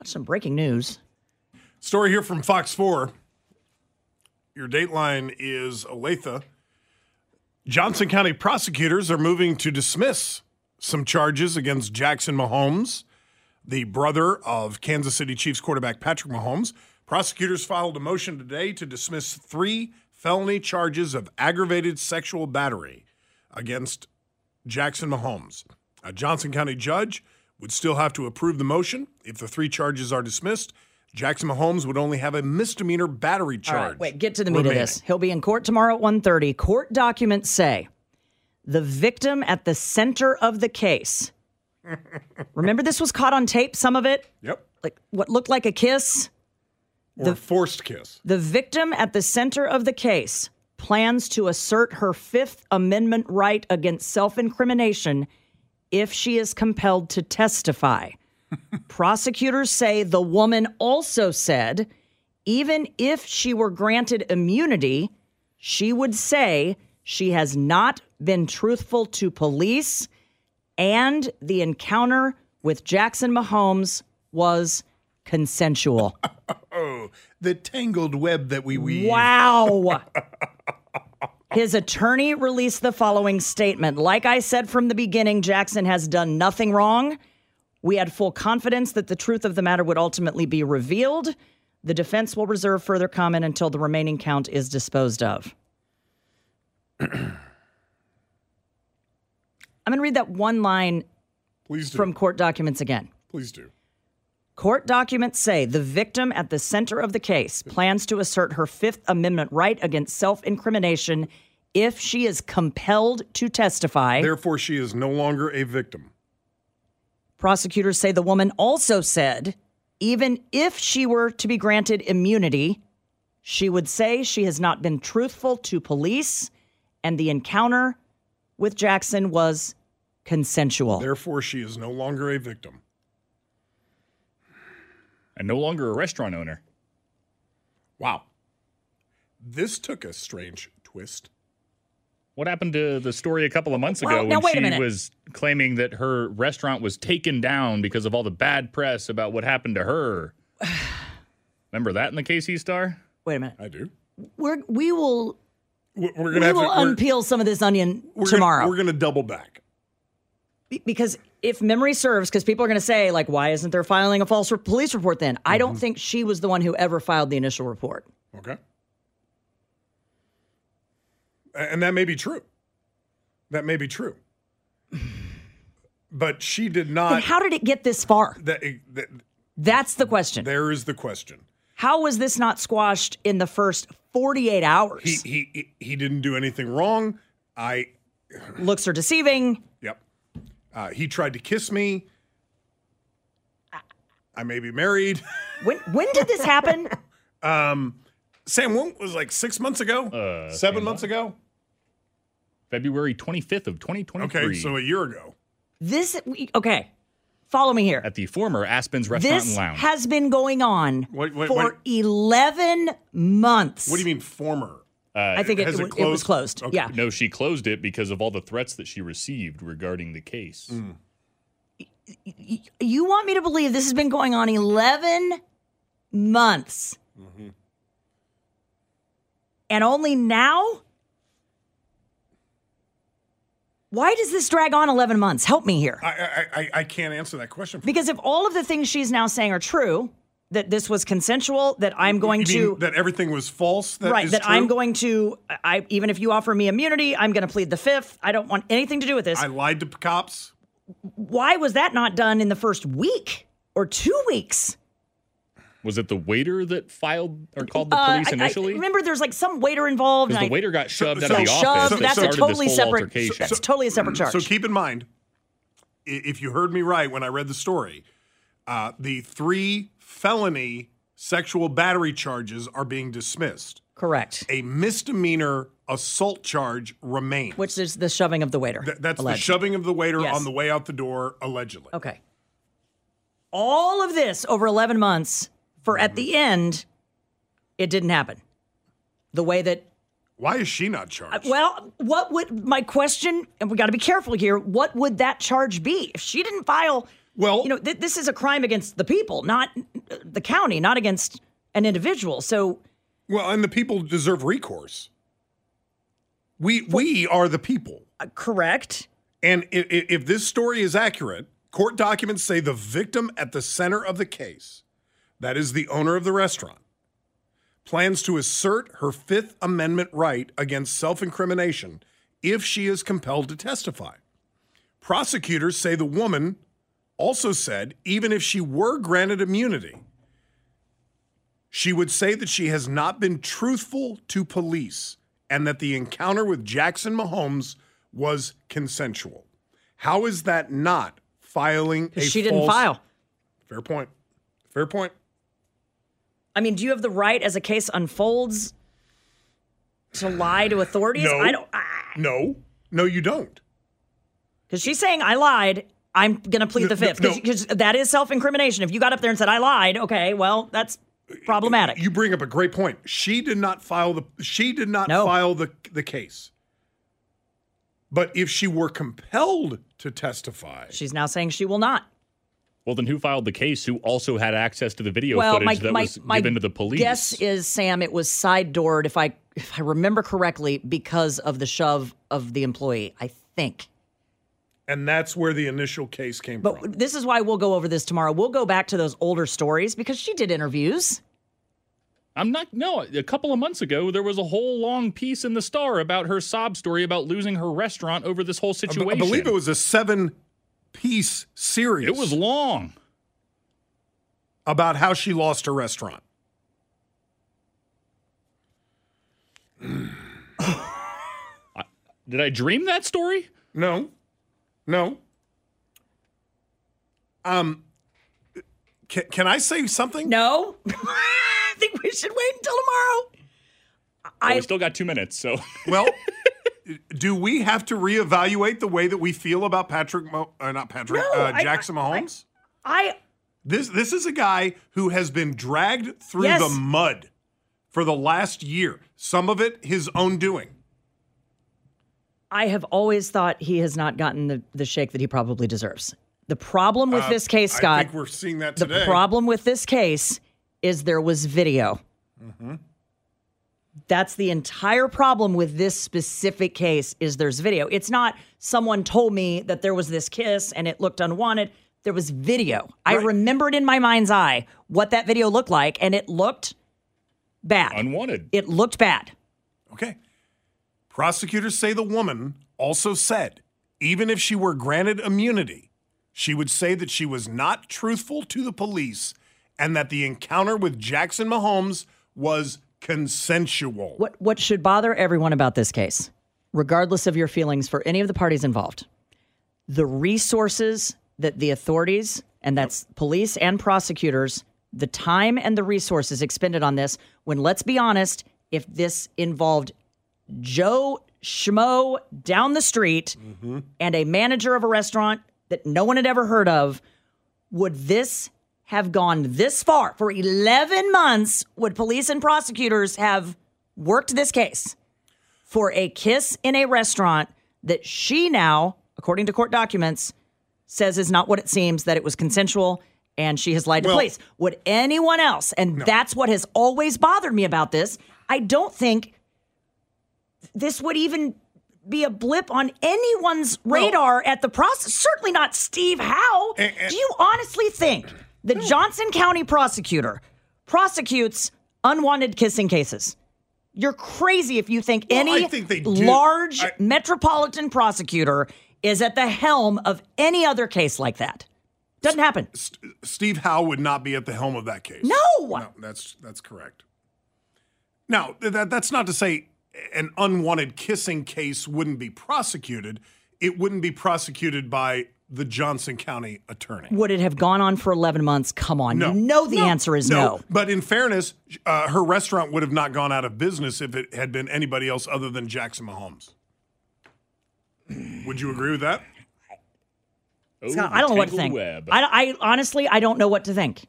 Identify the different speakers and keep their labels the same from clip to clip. Speaker 1: That's some breaking news.
Speaker 2: Story here from Fox 4. Your dateline is Olathe. Johnson County prosecutors are moving to dismiss some charges against Jackson Mahomes, the brother of Kansas City Chiefs quarterback Patrick Mahomes. Prosecutors filed a motion today to dismiss three felony charges of aggravated sexual battery against Jackson Mahomes. A Johnson County judge would still have to approve the motion. If the three charges are dismissed, Jackson Mahomes would only have a misdemeanor battery
Speaker 1: All
Speaker 2: charge.
Speaker 1: right, wait, get to the meat of
Speaker 2: remaining.
Speaker 1: this. He'll be in court tomorrow at 1.30. Court documents say the victim at the center of the case. Remember this was caught on tape, some of it?
Speaker 2: Yep.
Speaker 1: Like what looked like a kiss?
Speaker 2: Or forced kiss.
Speaker 1: The victim at the center of the case plans to assert her Fifth Amendment right against self incrimination if she is compelled to testify. Prosecutors say the woman also said, even if she were granted immunity, she would say she has not been truthful to police and the encounter with Jackson Mahomes was consensual.
Speaker 2: The tangled web that we weave.
Speaker 1: Wow. His attorney released the following statement. Like I said from the beginning, Jackson has done nothing wrong. We had full confidence that the truth of the matter would ultimately be revealed. The defense will reserve further comment until the remaining count is disposed of. I'm going to read that one line
Speaker 2: Please do.
Speaker 1: from court documents again.
Speaker 2: Please do.
Speaker 1: Court documents say the victim at the center of the case plans to assert her Fifth Amendment right against self incrimination if she is compelled to testify.
Speaker 2: Therefore, she is no longer a victim.
Speaker 1: Prosecutors say the woman also said, even if she were to be granted immunity, she would say she has not been truthful to police and the encounter with Jackson was consensual.
Speaker 2: Therefore, she is no longer a victim.
Speaker 3: and no longer a restaurant owner.
Speaker 2: Wow. This took a strange twist.
Speaker 3: What happened to the story a couple of months ago
Speaker 1: Well, now
Speaker 3: when
Speaker 1: wait a
Speaker 3: she
Speaker 1: minute.
Speaker 3: was claiming that her restaurant was taken down because of all the bad press about what happened to her? Remember that in the KC Star?
Speaker 1: Wait a minute.
Speaker 2: I do.
Speaker 1: We're, we will,
Speaker 2: We're, we're
Speaker 1: we
Speaker 2: gonna have to
Speaker 1: will
Speaker 2: we're-
Speaker 1: unpeel some of this onion
Speaker 2: we're gonna-
Speaker 1: tomorrow.
Speaker 2: we're gonna double back.
Speaker 1: Be- because if memory serves, because people are going to say, like, why isn't there filing a false re- police report then? I
Speaker 2: Mm-hmm.
Speaker 1: don't think she was the one who ever filed the initial report.
Speaker 2: Okay. A- And that may be true. That may be true. But she did
Speaker 1: Then
Speaker 2: not.
Speaker 1: how did it get this far?
Speaker 2: that, that,
Speaker 1: That's the question.
Speaker 2: there is the question.
Speaker 1: How was this not squashed in the first 48 hours?
Speaker 2: He, he he he didn't do anything wrong. I
Speaker 1: Looks are deceiving.
Speaker 2: Yep. Uh, he tried to kiss me. I may be married.
Speaker 1: When when did this happen?
Speaker 2: Um, Sam Wunk was like six months ago,
Speaker 3: Uh,
Speaker 2: seven
Speaker 3: Sam
Speaker 2: months ago.
Speaker 3: February 25th of 2023
Speaker 2: Okay, so a year ago.
Speaker 1: this, we- okay, follow me here.
Speaker 3: at the former Aspen's Restaurant
Speaker 1: This
Speaker 3: and Lounge.
Speaker 1: has been going on
Speaker 2: Wait, wait,
Speaker 1: for
Speaker 2: wait.
Speaker 1: 11 months.
Speaker 2: What do you mean former?
Speaker 1: I think it,
Speaker 2: Has it
Speaker 1: it was
Speaker 2: closed?
Speaker 1: closed.
Speaker 2: Okay.
Speaker 1: Yeah.
Speaker 3: no, she closed it because of all the threats that she received regarding the case.
Speaker 2: Hmm.
Speaker 1: y- you want me to believe this has been going on 11 months
Speaker 2: Mm-hmm.
Speaker 1: and only now Why does this drag on 11 months? Help me here.
Speaker 2: I, I, I, I can't answer that question. For
Speaker 1: Because if all of the things she's now saying are true, that this was consensual, that I'm going
Speaker 2: you mean
Speaker 1: to
Speaker 2: that everything was false. That
Speaker 1: right,
Speaker 2: is
Speaker 1: that I'm
Speaker 2: true?
Speaker 1: going to I even if you offer me immunity, I'm going to plead the fifth. I don't want anything to do with this.
Speaker 2: I lied to p- cops.
Speaker 1: Why was that not done in the first week or two weeks?
Speaker 3: Was it the waiter that filed or called the
Speaker 1: Uh,
Speaker 3: police
Speaker 1: I- I
Speaker 3: initially?
Speaker 1: remember, there's like some waiter involved.
Speaker 3: Because
Speaker 1: and
Speaker 3: the
Speaker 1: I-
Speaker 3: waiter got shoved out
Speaker 2: so-
Speaker 3: of the
Speaker 2: so
Speaker 3: office.
Speaker 1: shoved,
Speaker 3: that
Speaker 1: that's a
Speaker 3: started this
Speaker 1: totally
Speaker 3: whole
Speaker 1: separate-
Speaker 3: altercation.
Speaker 1: that's totally a separate charge.
Speaker 2: So keep in mind, i- if you heard me right when I read the story, uh, the three felony sexual battery charges are being dismissed.
Speaker 1: Correct.
Speaker 2: A misdemeanor assault charge remains.
Speaker 1: Which is the shoving of the waiter.
Speaker 2: Th- that's the
Speaker 1: alleged.
Speaker 2: shoving of the waiter
Speaker 1: Yes.
Speaker 2: on the way out the door, allegedly.
Speaker 1: Okay. All of this over 11 months for at the end, it didn't happen. The way that,
Speaker 2: Why is she not charged?
Speaker 1: Uh, well, what would my question, and we got to be careful here, what would that charge be? If she didn't file,
Speaker 2: Well-
Speaker 1: you know, th- this is a crime against the people, not uh, the county, not against an individual. So,
Speaker 2: Well, and the people deserve recourse. We we are the people,
Speaker 1: uh, correct.
Speaker 2: and if, if this story is accurate, court documents say the victim at the center of the case, that is the owner of the restaurant, plans to assert her Fifth Amendment right against self-incrimination if she is compelled to testify. Prosecutors say the woman also said even if she were granted immunity, she would say that she has not been truthful to police and that the encounter with Jackson Mahomes was consensual. How is that not filing a
Speaker 1: 'Cause she didn't
Speaker 2: false-
Speaker 1: file.
Speaker 2: Fair point. Fair point.
Speaker 1: I mean, do you have the right as a case unfolds to lie to authorities?
Speaker 2: No.
Speaker 1: I don't.
Speaker 2: No. No, you don't.
Speaker 1: Because she's saying I lied. I'm going to plead
Speaker 2: No,
Speaker 1: the fifth
Speaker 2: no, no.
Speaker 1: because that is self incrimination. If you got up there and said I lied, okay, well that's problematic.
Speaker 2: You bring up a great point. She did not file the she did not
Speaker 1: No.
Speaker 2: file the the case. But if she were compelled to testify,
Speaker 1: she's now saying she will not.
Speaker 3: well, then who filed the case? Who also had access to the video
Speaker 1: Well,
Speaker 3: footage
Speaker 1: my,
Speaker 3: that
Speaker 1: my,
Speaker 3: was
Speaker 1: my
Speaker 3: given to the police?
Speaker 1: guess is Sam, it was side doored if I if I remember correctly because of the shove of the employee. I think.
Speaker 2: and that's where the initial case came
Speaker 1: But
Speaker 2: from.
Speaker 1: this is why we'll go over this tomorrow. We'll go back to those older stories because she did interviews.
Speaker 3: I'm not. No, a couple of months ago, there was a whole long piece in the Star about her sob story about losing her restaurant over this whole
Speaker 2: I b-
Speaker 3: situation.
Speaker 2: I believe it was a seven piece series.
Speaker 3: It was long.
Speaker 2: about how she lost her restaurant.
Speaker 3: Did I dream that story?
Speaker 2: No, no. Um, can, can I say something?
Speaker 1: No, I think we should wait until tomorrow.
Speaker 3: Well,
Speaker 1: I-
Speaker 3: we Oh, still got two minutes, so
Speaker 2: Well, do we have to reevaluate the way that we feel about Patrick? Mo- uh, not Patrick.
Speaker 1: No,
Speaker 2: uh,
Speaker 1: I-
Speaker 2: Jackson Mahomes.
Speaker 1: I
Speaker 2: this this is a guy who has been dragged through
Speaker 1: Yes.
Speaker 2: the mud for the last year. Some of it his own doing.
Speaker 1: I have always thought he has not gotten the, the shake that he probably deserves. The problem with this case,
Speaker 2: Uh, I
Speaker 1: Scott,
Speaker 2: think we're seeing that
Speaker 1: the
Speaker 2: today.
Speaker 1: problem with this case is there was video.
Speaker 2: Mm-hmm.
Speaker 1: That's the entire problem with this specific case is there's video. It's not someone told me that there was this kiss and it looked unwanted. There was video. I remembered in my mind's eye what that video looked like and it looked bad.
Speaker 3: unwanted.
Speaker 1: it looked bad.
Speaker 2: Okay. Prosecutors say the woman also said, even if she were granted immunity, she would say that she was not truthful to the police and that the encounter with Jackson Mahomes was consensual.
Speaker 1: What what should bother everyone about this case, regardless of your feelings for any of the parties involved, the resources that the authorities and that's police and prosecutors, the time and the resources expended on this. When let's be honest, if this involved Joe Schmo down the street and a manager of a restaurant that no one had ever heard of, would this have gone this far for 11 months? Would police and prosecutors have worked this case for a kiss in a restaurant that she now, according to court documents, says is not what it seems, that it was consensual and she has lied to
Speaker 2: Well-
Speaker 1: police? Would anyone else? And that's what has always bothered me about this. I don't think this would even be a blip on anyone's radar at the process. Certainly not Steve Howe. Do you honestly think the Johnson County prosecutor prosecutes unwanted kissing cases? You're crazy if you think any
Speaker 2: I think they do.
Speaker 1: large
Speaker 2: I-
Speaker 1: metropolitan prosecutor is at the helm of any other case like that. Doesn't happen.
Speaker 2: Steve Howe would not be at the helm of that case.
Speaker 1: No.
Speaker 2: No, that's that's correct. Now, th- that that's not to say an unwanted kissing case wouldn't be prosecuted. It wouldn't be prosecuted by the Johnson County attorney.
Speaker 1: Would it have gone on for 11 months? Come on.
Speaker 2: No.
Speaker 1: You know the answer is no.
Speaker 2: But in fairness, uh, her restaurant would have not gone out of business if it had been anybody else other than Jackson Mahomes. Would you agree with that?
Speaker 3: Ooh,
Speaker 1: So I don't know what to
Speaker 3: tangled
Speaker 1: think.
Speaker 3: web.
Speaker 1: I, I honestly, I don't know what to think.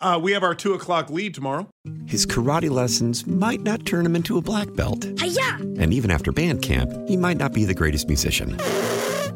Speaker 2: Uh, we have our two o'clock lead tomorrow.
Speaker 4: His karate lessons might not turn him into a black belt. And even after band camp, he might not be the greatest musician.